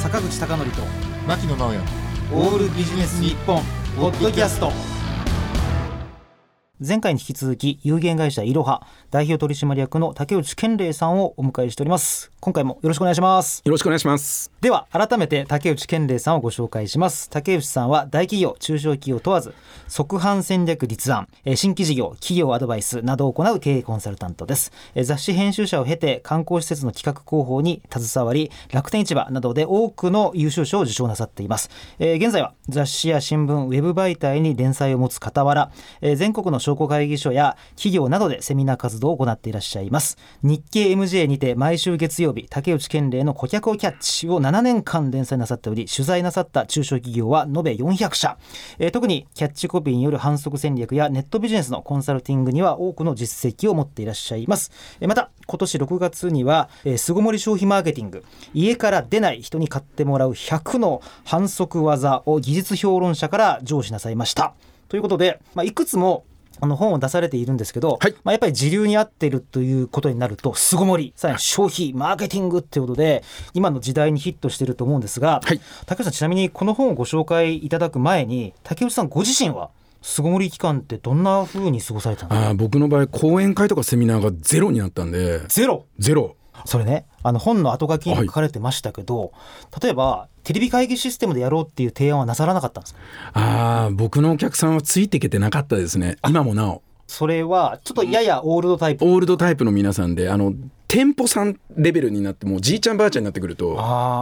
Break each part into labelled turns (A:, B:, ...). A: 坂口孝則と
B: 牧野直哉
A: オールビジネス日本ポッドキャスト前回に引き続き有限会社いろは代表取締役の竹内健礼さんをお迎えしております今回もよろしくお願いします
C: よろしくお願いします。
A: では改めて竹内健礼さんをご紹介します竹内さんは大企業中小企業問わず即販戦略立案えー新規事業企業アドバイスなどを行う経営コンサルタントですえー雑誌編集者を経て観光施設の企画広報に携わり楽天市場などで多くの優秀賞を受賞なさっています、えー現在は雑誌や新聞ウェブ媒体に連載を持つ傍ら、えー全国の商工会議所や企業などでセミナー活動を行っていらっしゃいます日経 MJ にて毎週月曜日竹内健礼の顧客をキャッチを7年間連載なさっており取材なさった中小企業は延べ400社、えー特にキャッチコピーによる反則戦略やネットビジネスのコンサルティングには多くの実績を持っていらっしゃいます、えーまた今年6月にはえー巣ごもり消費マーケティング家から出ない人に買ってもらう100の反則技を技術評論者から上司なさいましたということで、まあ、いくつもあの本を出されているんですけど、
C: はい
A: まあ、やっぱり時流に合っているということになると巣ごもりさらに消費マーケティングっていうことで今の時代にヒットしてると思うんですが、
C: はい
A: 竹内さんちなみにこの本をご紹介いただく前に竹内さんご自身は巣ごもり期間ってどんなふうに過ごされたの
C: あー僕の場合講演会とかセミナーがゼロになったんで
A: ゼロ
C: ゼロ
A: それねあの本の後書きにも書かれてましたけど、例えばテレビ会議システムでやろうっていう提案はなさらなかったんですか
C: あー僕のお客さんはついていけてなかったですね今もなお
A: それはちょっとややオールドタイプ、
C: オールドタイプの皆さんであの店舗さんレベルになってもうじいちゃんばあちゃんになってくると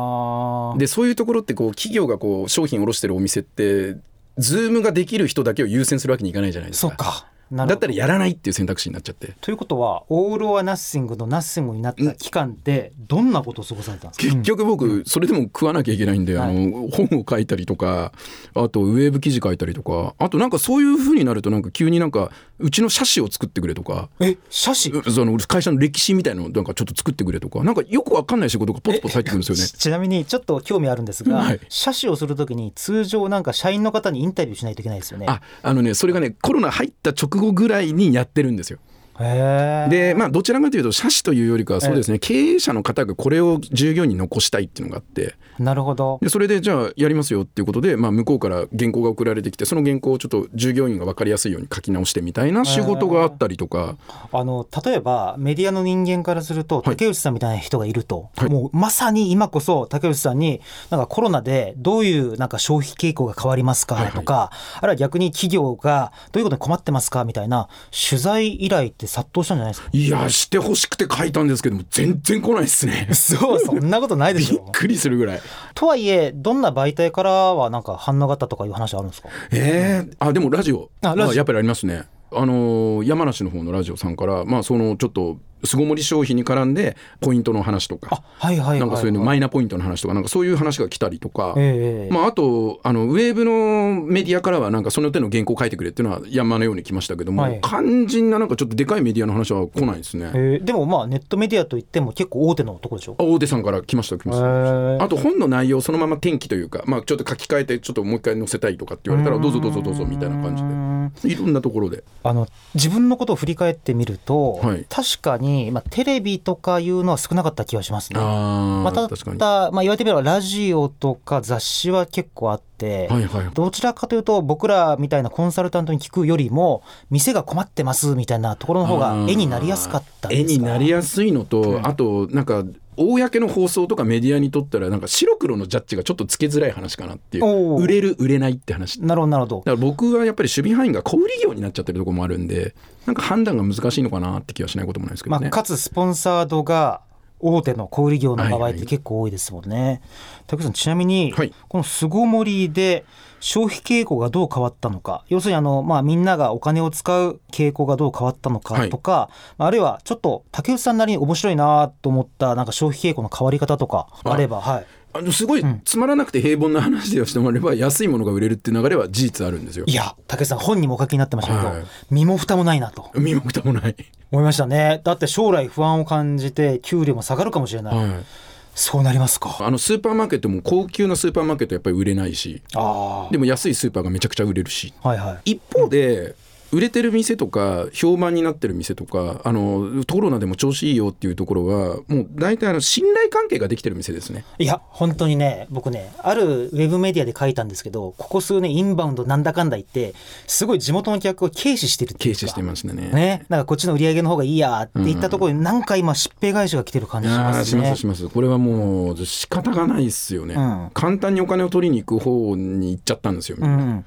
A: あー
C: でそういうところってこう企業がこう商品を卸してるお店ってズームができる人だけを優先するわけにいかないじゃないです
A: そ
C: か
A: っかなる
C: だ
A: ほど
C: ったらやらないっていう選択肢になっちゃって
A: ということはオール・オア・ナッシングのナッシングになった期間でどんなことを過ごされたんですか、
C: 結局僕それでも食わなきゃいけないんで、
A: はい
C: あの本を書いたりとかあとウェブ記事書いたりとかあとなんかそういう風になるとなんか急になんかうちの写真を作ってくれとか。
A: え写真
C: うその会社の歴史みたいのをなんかちょっと作ってくれとかなんかよくわかんない仕事がポツポツ入ってくるんですよね
A: ち。ちなみにちょっと興味あるんですが、
C: はい
A: 写真をするときに通常なんか社員の方にインタビューしないといけないですよね。
C: ああのねそれがねコロナ入った直後ぐらいにやってるんですよ。
A: へー
C: でまあどちらかというと社史というよりかはそうですね経営者の方がこれを従業員に残したいっていうのがあって
A: なるほど。
C: でそれでじゃあやりますよっていうことで、まあ、向こうから原稿が送られてきてその原稿をちょっと従業員が分かりやすいように書き直してみたいな仕事があったりとか、
A: あの例えばメディアの人間からすると
C: はい
A: 竹内さんみたいな人がいると、
C: はい
A: もうまさに今こそ竹内さんになんかコロナでどういうなんか消費傾向が変わります
C: はい
A: か
C: はい
A: とか、あるいは逆に企業がどういうことに困ってますかみたいな取材依頼って殺到したんじゃないですか
C: いやしてほしくて書いたんですけども全然来ないですね
A: そうそんなことないで
C: び
A: し
C: っ
A: ょ
C: くりするぐらい
A: とはいえどんな媒体からはなんか反応があったとかいう話あるんですか
C: えー、あでもラジオ
A: あラジオ
C: まやっぱりありますねあのー山梨の方のラジオさんからまあそのちょっと巣ごもり消費に絡んでポイントの話とか
A: はいはいはい、はい、
C: なんかそういうのマイナポイントの話とかなんかそういう話が来たりとか、
A: ええ
C: まあ、あとあのウェーブのメディアからはなんかその手の原稿を書いてくれっていうのは山のように来ましたけども、
A: はい
C: 肝心ななんかちょっとでかいメディアの話は来ないですね、
A: ええでもまあネットメディアといっても結構大手のとこでしょ
C: あ大手さんから来ました来ました、
A: へえ
C: あと本の内容をそのまま転記というか、まあ、ちょっと書き換えてちょっともう一回載せたいとかって言われたらどうぞどうぞどうぞみたいな感
A: じで
C: じでいろんなところで
A: あの自分のことを振り返ってみると、
C: はい
A: 確かに、まあ、テレビとかいうのは少なかった気がしますね。
C: あ
A: まあ、た
C: 確かには
A: だ、まあ、言われてみればラジオとか雑誌は結構あって、
C: いはい
A: どちらかというと僕らみたいなコンサルタントに聞くよりも店が困ってますみたいなところの方が絵になりやすかったんです
C: 絵
A: か
C: になりやすいのと、
A: うん
C: あとなんか公の放送とかメディアにとったらなんか白黒のジャッジがちょっとつけづらい話かなっていう
A: おー
C: 売れる売れないって話
A: なるほどなるほど
C: だから僕はやっぱり守備範囲が小売業になっちゃってるところもあるんでなんか判断が難しいのかなって気はしないこともないですけど
A: ま
C: ね。
A: あ、かつスポンサードが大手の小売業の場合
C: は
A: っ
C: いは
A: て
C: い
A: 結構多いですもんね。竹内さんちなみに、
C: はい
A: この巣ごもりで消費傾向がどう変わったのか要するにあの、まあ、みんながお金を使う傾向がどう変わったのかとか、まああるいはちょっと竹内さんなりに面白いなと思ったなんか消費傾向の変わり方とかあれば、はい、
C: あのすごい
A: うん
C: つまらなくて平凡な話ではしてもらえば安いものが売れるっていう流れは事実あるんですよ
A: い。や竹内さん本にもお書きになってましたけど、
C: はい
A: 身も蓋もないなと
C: 身も蓋もない、
A: 思いましたねだって将来不安を感じて給料も下がるかもしれない、
C: はい、
A: そうなりますか。
C: あのスーパーマーケットも高級なスーパーマーケットやっぱり売れないし
A: あ
C: でも安いスーパーがめちゃくちゃ売れるし
A: あはいはい
C: 一方で、売れてる店とか評判になってる店とかあのコロナでも調子いいよっていうところはもう大体あの信頼関係ができてる店ですね。
A: いや本当にね僕ねあるウェブメディアで書いたんですけどここ数年インバウンドなんだかんだ言ってすごい地元の客を軽視してるっていうか
C: 軽視してましたね。
A: ね、なんかこっちの売り上げの方がいいやって言ったところに、なんか今、しっぺ返しが来てる感
C: い
A: じし
C: や
A: ま
C: ー
A: す
C: しま
A: ね
C: す。しますこれはもう仕方がないですよね、
A: うん
C: 簡単にお金を取りに行く方に行っちゃったんですよ、み
A: うん、
C: なん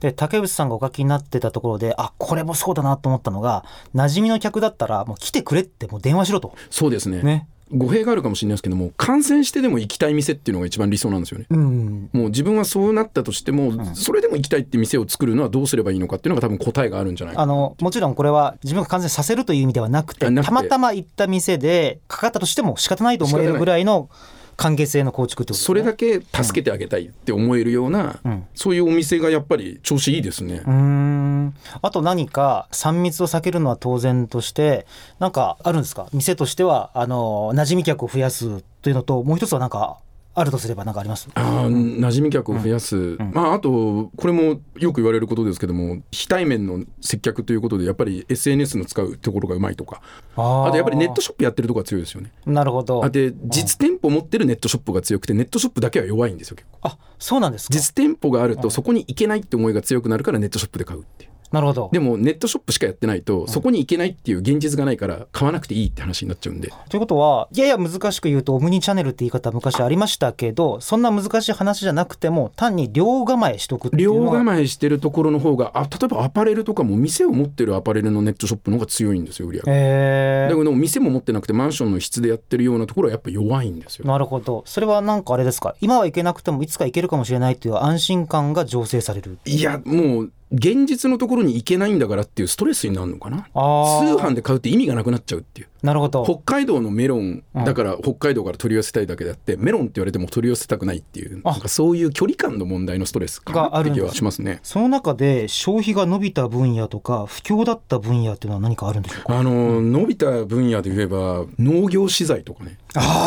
A: で竹内さんがお書きになってたところであこれもそうだなと思ったのが馴染みの客だったらもう来てくれってもう電話しろと
C: そうですね
A: ね
C: 語弊があるかもしれないですけども感染してでも行きたい店っていうのが一番理想なんですよね
A: うん
C: もう自分はそうなったとしても、それでも行きたいって店を作るのはどうすればいいのかっていうのが多分答えがあるんじゃないか
A: あのもちろんこれは自分が完全にさせるという意味ではなくて
C: あなく
A: た
C: て
A: またま行った店でかかったとしても仕方ないと思えるぐらいの関係性の構築ってことですね
C: それだけ助けてあげたいって思えるような、
A: うん
C: そういうお店がやっぱり調子いいですね、
A: うーんあと何か3密を避けるのは当然としてなんかあるんですか店としてはあの馴染み客を増やすというのともう一つはなんかあるとすれば何かあります
C: ああ馴染み客を増やす、まあ、あとこれもよく言われることですけども非対面の接客ということでやっぱり SNS の使うところがうまいとか
A: あ
C: あとやっぱりネットショップやってるとこが強いですよね
A: ョなるほど
C: あで実店舗持ってるネットショップが強くてネットショップだけは弱いんですよ結構
A: あそうなんですか
C: 実店舗があるとそこに行けないって思いが強くなるからネットショップで買うっていう
A: なるほど
C: でもネットショップしかやってないとそこに行けないっていう現実がないから買わなくていいって話になっちゃうんで
A: ということはやや難しく言うとオムニチャンネルって言い方昔ありましたけどそんな難しい話じゃなくても単に両構えしとくっていう
C: 両
A: のは
C: 構えしてるところの方があ例えばアパレルとかも店を持ってるアパレルのネットショップの方が強いんですよ売り上げ
A: え
C: だ
A: ー
C: けど店も持ってなくてマンションの質でやってるようなところはやっぱ弱いんですよ。
A: なるほどそれはなんかあれですか今はいけなくてもいつか行けるかもしれないという安心感が醸成される
C: いやもう現実のところに行けないんだからっていうストレスになるのかな
A: あ
C: 通
A: ー
C: 販で買うって意味がなくなっちゃうっていう
A: なるほど
C: 北海道のメロンだから北海道から取り寄せたいだけであってメロンって言われても取り寄せたくないっていう
A: あ
C: なんかそういう距離感の問題のストレスか
A: が
C: な
A: あ
C: っ
A: る
C: て
A: んだ
C: 気はしますね。
A: その中で消費が伸びた分野とか不況だった分野っていうのは何かあるんでしょうか
C: あの伸びた分野で言えば農業資材とかね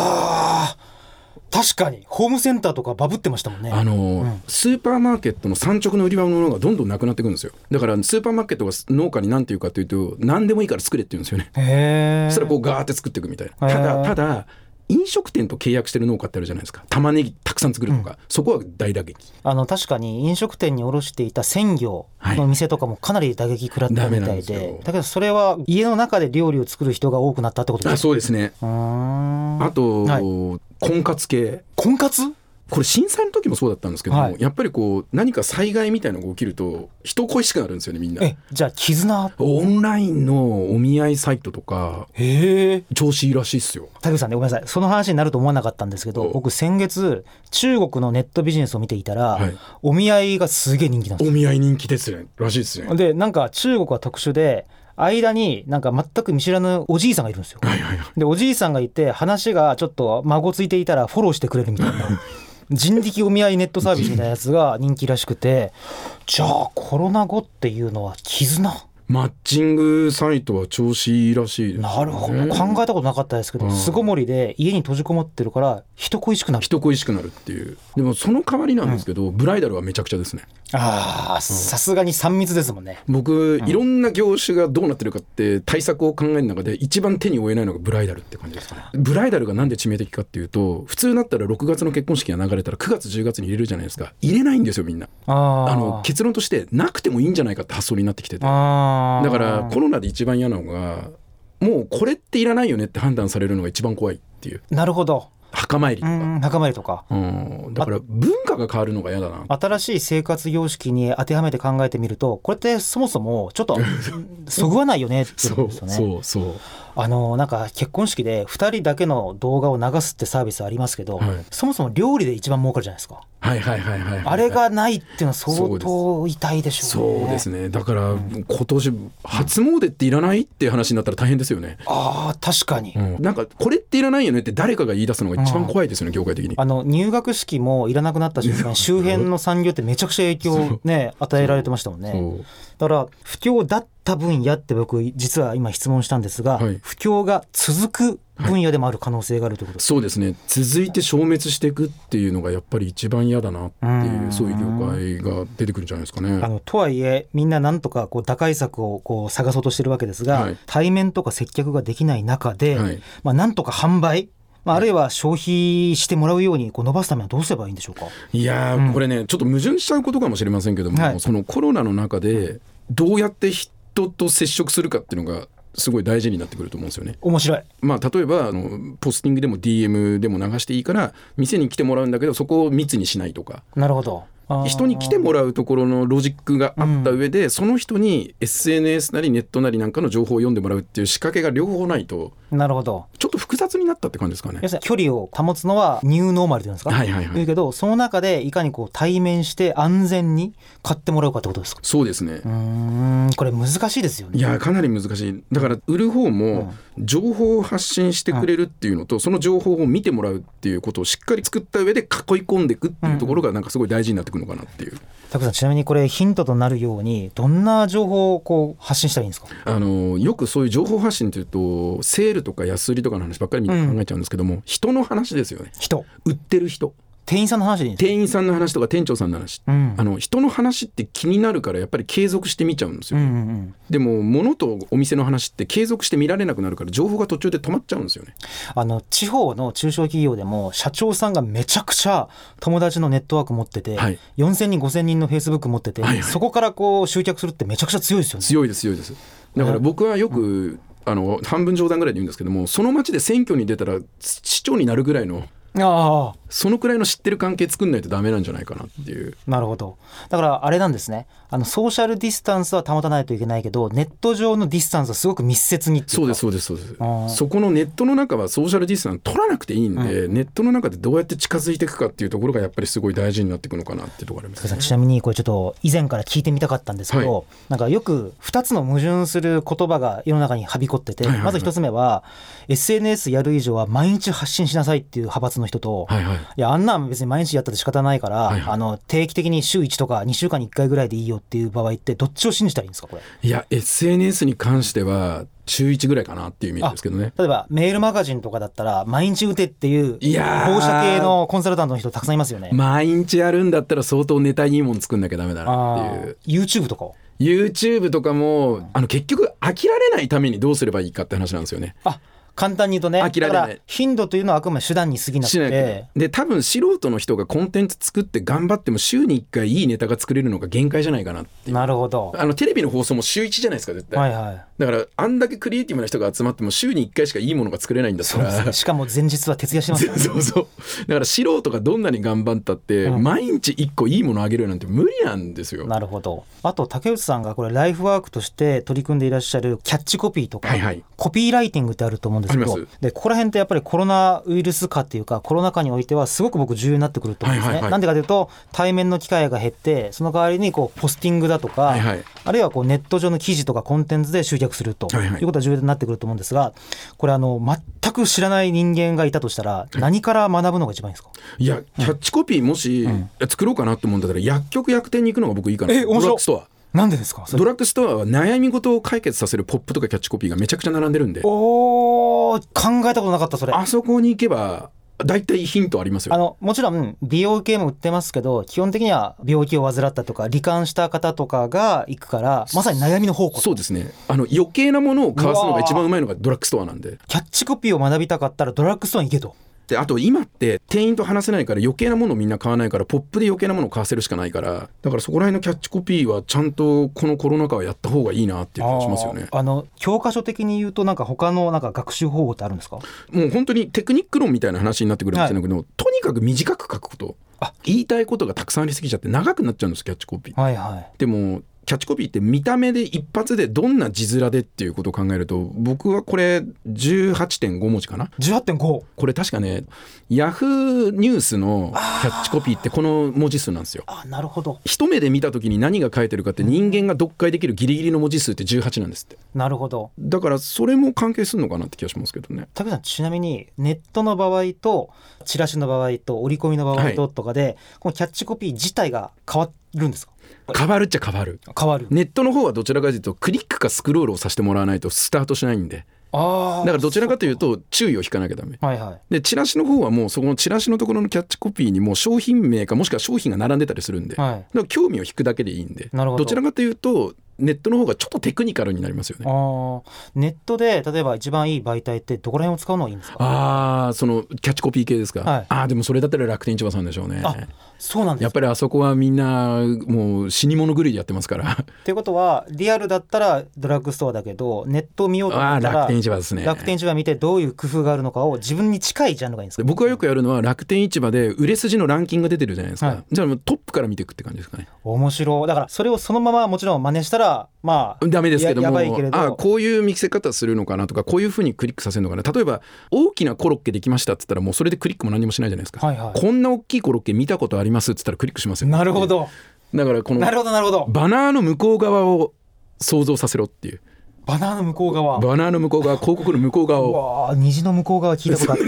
A: あ確かにホームセンターとかバブってましたもんね
C: あの、
A: ん
C: スーパーマーケットの産直の売り場のものがどんどんなくなっていくんですよだからスーパーマーケットが農家に何て言うかというと何でもいいから作れって言うんですよね
A: へえ
C: そしたらこうガーって作っていくみたいな
A: へー
C: ただただ飲食店と契約してる農家ってあるじゃないですか玉ねぎたくさん作るとか、そこは大打撃
A: あの確かに飲食店に卸していた鮮魚の店とかもかなり打撃食らったみたいで,、
C: はいダメなんですよ
A: だけどそれは家の中で料理を作る人が多くなったってこと
C: あ
A: です
C: そうですね
A: うーん
C: あと、
A: はい
C: 婚活系
A: 婚活
C: これ震災の時もそうだったんですけども、
A: はい
C: やっぱりこう何か災害みたいなのが起きると人恋しくなるんですよねみんな
A: えじゃあ絆
C: オンラインのお見合いサイトとか
A: へえ
C: 調子いいらしいっすよ
A: 竹内さんねごめんなさいその話になると思わなかったんですけど
C: お
A: 僕先月中国のネットビジネスを見ていたら、
C: はい
A: お見合いがすげえ人気なんです
C: お見合い人気ですねらしいですね
A: よでなんか中国は特殊で間になんか全く見知らぬおじいさんがいるんですよ
C: はいはいはい
A: でおじいさんがいて話がちょっと孫ついていたらフォローしてくれるみたい な人力お見合いネットサービスみたいなやつが人気らしくてじゃあコロナ後っていうのは絆
C: マッチングサイトは調子いいらしいです
A: なるほど考えたことなかったですけど
C: うん
A: 巣ごもりで家に閉じこもってるから人恋しくなる
C: 人恋しくなるっていうでもその代わりなんですけど、ブライダルはめちゃくちゃですね
A: あーさすがに3密ですもんね
C: 僕、いろんな業種がどうなってるかって対策を考える中で一番手に負えないのがブライダルって感じですかねブライダルがなんで致命的かっていうと普通だったら6月の結婚式が流れたら9月10月に入れるじゃないですか入れないんですよみんな
A: あ
C: あ
A: あ
C: の結論としてなくてもいいんじゃないかって発想になってきてて
A: あー
C: だからコロナで一番嫌なのがもうこれっていらないよねって判断されるのが一番怖いっていう
A: なるほど
C: 墓参
A: う
C: りとか、
A: ん仲間入りとか
C: うん、だから文化が変わるのが嫌だな
A: 新しい生活様式に当てはめて考えてみるとこれってそもそも ちょっとそぐわないよねっていうこ
C: そ
A: と
C: う
A: ですよね
C: そうそう
A: あのなんか結婚式で2人だけの動画を流すってサービスありますけど、
C: はい
A: そもそも料理で一番儲かるじゃないですか、
C: はいはいはいはいはい
A: あれがないっていうのは
C: そ
A: 相
C: うで
A: 当痛いでしょうね
C: そうですねだから今年初詣っていらないって話になったら大変ですよね、
A: ああ確かに、
C: うんなんかこれっていらないよねって誰かが言い出すのが一番怖いですよね業界的に
A: あの入学式もいらなくなった瞬間周辺の産業ってめちゃくちゃ影響をね与えられてましたもんね
C: そう
A: だから不況だった分野って僕実は今質問したんですが、
C: はい
A: 不況が続く分野でもある可能性があるということです、
C: そうですね続いて消滅していくっていうのがやっぱり一番嫌だなっていううんそういう業界が出てくるんじゃないですかね。
A: あのとはいえみんななんとかこう打開策をこう探そうとしてるわけですが、
C: はい
A: 対面とか接客ができない中で、
C: はい
A: まあ、なんとか販売、まあ、あるいは消費してもらうようにこう伸ばすためにはどうすればいいんでしょうか、
C: いやー、これねちょっと矛盾しちゃうことかもしれませんけども、
A: はい
C: そのコロナの中でどうやって人と接触するかっていうのがすごい大事になってくると思うんですよね。
A: 面白い
C: まあ、例えばあのポスティングでも DM でも流していいから店に来てもらうんだけどそこを密にしないとか
A: なるほどあー
C: 人に来てもらうところのロジックがあった上で、その人に SNS なりネットなりなんかの情報を読んでもらうっていう仕掛けが両方ないと
A: なるほど
C: ちょっと複雑になったって感じですかね
A: 要。するに距離を保つのはニューノーマルというんですか、
C: はいはいはい
A: 言うけどその中でいかにこう対面して安全に買ってもらうかってことですか
C: そうですね
A: うーんこれ難しいですよね
C: いやかなり難しいだから売る方も情報を発信してくれるっていうのと、その情報を見てもらうっていうことをしっかり作った上で囲い込んでいくっていうところがなんかすごい大事になってくるのかなっていう。
A: タクさんちなみにこれヒントとなるようにどんな情報をこう発信したらいいんですか
C: あのよくそういう情報発信というとセールとか安売りとかの話ばっかりみんな考えちゃうんですけども、人の話ですよね
A: 人
C: 売ってる人
A: 店員さんの話でいいんです
C: 店員さんの話とか店長さんの話、
A: かうん
C: あの人の話って気になるからやっぱり継続して見ちゃうんです
A: う
C: よ、
A: んうんうん、
C: でも物とお店の話って継続して見られなくなるから情報が途中で止まっちゃうんですよね
A: あの地方の中小企業でも社長さんがめちゃくちゃ友達のネットワーク持ってて、
C: はい
A: 4,000人5,000人のフェイスブック持ってて、
C: はいはい
A: そこからこう集客するってめちゃくちゃ強いですよね。
C: 強いです強いですだから僕はよく、あの半分冗談ぐらいで言うんですけどもその町で選挙に出たら市長になるぐらいの
A: ああ
C: そのくらいの知ってる関係作んないとダメなんじゃないかなっていう
A: なるほどだからあれなんですねあのソーシャルディスタンスは保たないといけないけどネット上のディスタンスはすごく密接にってい
C: そう
A: か
C: うですそうですそうで
A: あー
C: すそこのネットの中はソーシャルディスタンス取らなくていいんで、ネットの中でどうやって近づいていくかっていうところがやっぱりすごい大事になっていくのかなっていうところありま
A: 塚
C: す
A: さん
C: ね。
A: ちなみにこれちょっと以前から聞いてみたかったんですけど、
C: は
A: なんかよく2つの矛盾する言葉が世の中にはびこってて、
C: はいはいはい
A: まず1つ目は SNS やる以上は毎日発信しなさいっていう派閥の人と、
C: はいはい
A: いやあんなん別に毎日やったって仕方ないから、
C: はいはい
A: あの定期的に週1とか2週間に1回ぐらいでいいよっていう場合ってどっちを信じたらいいんですかこれ
C: いや SNS に関しては中1ぐらいかなっていうイメージですけどね。
A: 例えばメールマガジンとかだったら毎日打てっていう
C: いやー
A: 放射系のコンサルタントの人たくさんいますよね。
C: 毎日やるんだったら相当ネタいいもん作んなきゃダメだなっていう
A: あー YouTube とかを
C: YouTube とかもあの結局飽きられないためにどうすればいいかって話なんですよね。
A: あ簡単に言うとね
C: 飽きられない
A: だから頻度というのはあくまで手段に過ぎなく
C: しない
A: て
C: で多分素人の人がコンテンツ作って頑張っても週に1回いいネタが作れるのが限界じゃないかなっていう
A: なるほど
C: あのテレビの放送も週1じゃないですか絶対、
A: はいはい
C: だからあんだけクリエイティブな人が集まっても週に1回しかいいものが作れないんだった
A: そうです ね
C: ら
A: しかも前日は徹夜してますから
C: そうそうだから素人がどんなに頑張ったって、
A: うん
C: 毎日1個いいものあげるなんて無理なんですよ
A: なるほどあと竹内さんがこれライフワークとして取り組んでいらっしゃるキャッチコピーとか、
C: はいはい
A: コピーライティングってあると思うんですけ
C: あ
A: ど
C: りま
A: でここら辺ってやっぱりコロナウイルス禍っていうかコロナ禍においてはすごく僕重要になってくると思うんですね、
C: はいはいはい
A: なんでかというと対面の機会が減ってその代わりにこうポスティングだとか、
C: はいはい
A: あるいはこうネット上の記事とかコンテンツで集客すると、
C: はいいはいう
A: ことは重要になってくると思うんですがこれあの全く知らない人間がいたとしたら何から学ぶのが一番いいですか、
C: いやキャッチコピーもし、作ろうかなって思うんだったら薬局薬店に行くのが僕いいかな
A: え面白い
C: ドラッグスト
A: なんでですか
C: ア
A: それ
C: ドラッグストアは悩み事を解決させるポップとかキャッチコピーがめちゃくちゃ並んでるんで
A: おー考えたことなかったそれ
C: あそこに行けば大体ヒントありますよ
A: あのもちろん美容系も売ってますけど基本的には病気を患ったとか罹患した方とかが行くからまさに悩みの宝庫
C: そうですねあの余計なものを買わすのが一番うまいのがドラッグストアなんで
A: キャッチコピーを学びたかったらドラッグストアに行けと
C: であと今って店員と話せないから余計なものをみんな買わないからポップで余計なものを買わせるしかないからだからそこら辺のキャッチコピーはちゃんとこのコロナ禍はやった方がいいなっていう気がしますよね
A: あーあの教科書的に言うとなんか他のなんか学習方法ってあるんですか
C: もう本当にテクニック論みたいな話になってくるんですけど、とにかく短く書くこと
A: あ
C: 言いたいことがたくさんありすぎちゃって長くなっちゃうんですキャッチコピー
A: はいはい
C: でもキャッチコピーって見た目で一発でどんな字面でっていうことを考えると僕はこれ18.5文字かな
A: 18.5
C: これ確かねヤフーニュースのキャッチコピーってこの文字数なんですよ
A: あなるほど
C: 一目で見た時に何が書いてるかって人間が読解できるギリギリの文字数って18なんですって
A: なるほど
C: だからそれも関係するのかなって気がしますけどね
A: 武さんちなみにネットの場合とチラシの場合と折り込みの場合
C: は
A: と
C: い
A: とかで、このキャッチコピー自体が変わっるんですか
C: 変わるっちゃ変わる
A: 変わる
C: ネットの方はどちらかというとクリックかスクロールをさせてもらわないとスタートしないんで
A: あ
C: だからどちらかというと注意を引かなきゃダメ
A: はいはい
C: でチラシの方はもうそこのチラシのところのキャッチコピーにもう商品名かもしくは商品が並んでたりするんで、
A: はい
C: だから興味を引くだけでいいんで
A: なるほど
C: ちらかというとネットの方がちょっとテクニカルになりますよ
A: あ
C: ね。
A: ーネットで例えば一番いい媒体ってどこら辺を使うのがいいんですか
C: ああそのキャッチコピー系ですか、
A: はい
C: ああでもそれだったら楽天市場さんでしょうね
A: あそうなんで
C: や
A: す
C: っ
A: か
C: ぱりあそこはみんなもう死に物狂いでやってますから
A: っていうことはリアルだったらドラッグストアだけどネットを見ようと思
C: あ
A: っ
C: あ
A: たら
C: 楽天市場ですね
A: 楽天市場見てどういう工夫があるのかを自分に近いジャンルがいいんです
C: で
A: か
C: 僕がよくやるのは楽天市場で売れ筋のランキングが出てるじゃないですか、
A: はい
C: じゃあもうトップから見ていくって感じですかね
A: 面白いだからそれをそのままもちろん真似したらまあ
C: ダメですけど
A: やや
C: も
A: ばいけれど
C: あこういう見せ方するのかなとかこういうふうにクリックさせるのかな例えば大きなコロッケできましたっつったらもうそれでクリックも何もしないじゃないですか、
A: はいは
C: こんな大きいコロッケ見たことありますっつったらクリックします
A: い
C: よ
A: なるほど
C: だからこの
A: なるほどなるほど
C: バナーの向こう側を想像させろっていう
A: バナーの向こう側
C: バナーの向こう側広告の向こう 側
A: う
C: を
A: わー虹の向こう側聞いたことあって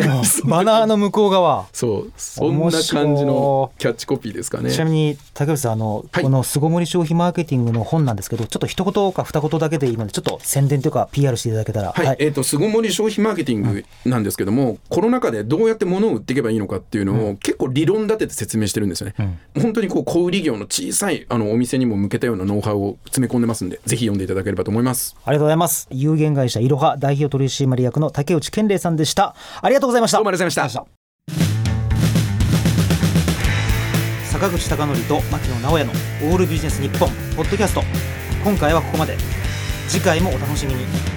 A: バナーの向こう側
C: そうそんな感じのキャッチコピーですかね
A: ちなみに竹内さんあの、
C: はい
A: この巣ごもり消費マーケティングの本なんですけどちょっと一言か二言だけでいいのでちょっと宣伝というか PR していただけたら
C: はい、えっ、と、巣ごもり消費マーケティングなんですけども、コロナ禍でどうやって物を売っていけばいいのかっていうのを、結構理論立てて説明してるんですよね。本当にこう、小売業の小さいあのお店にも向けたようなノウハウを詰め込んでますんで、ぜひ読んでいただければと思います。
A: ありがとうございます有限会社いろは代表取締役の竹内健礼さんでしたありがとうございました
C: どうもありがとうございました。
A: 坂口孝則と牧野直哉のオールビジネス日本ポッドキャスト今回はここまで次回もお楽しみに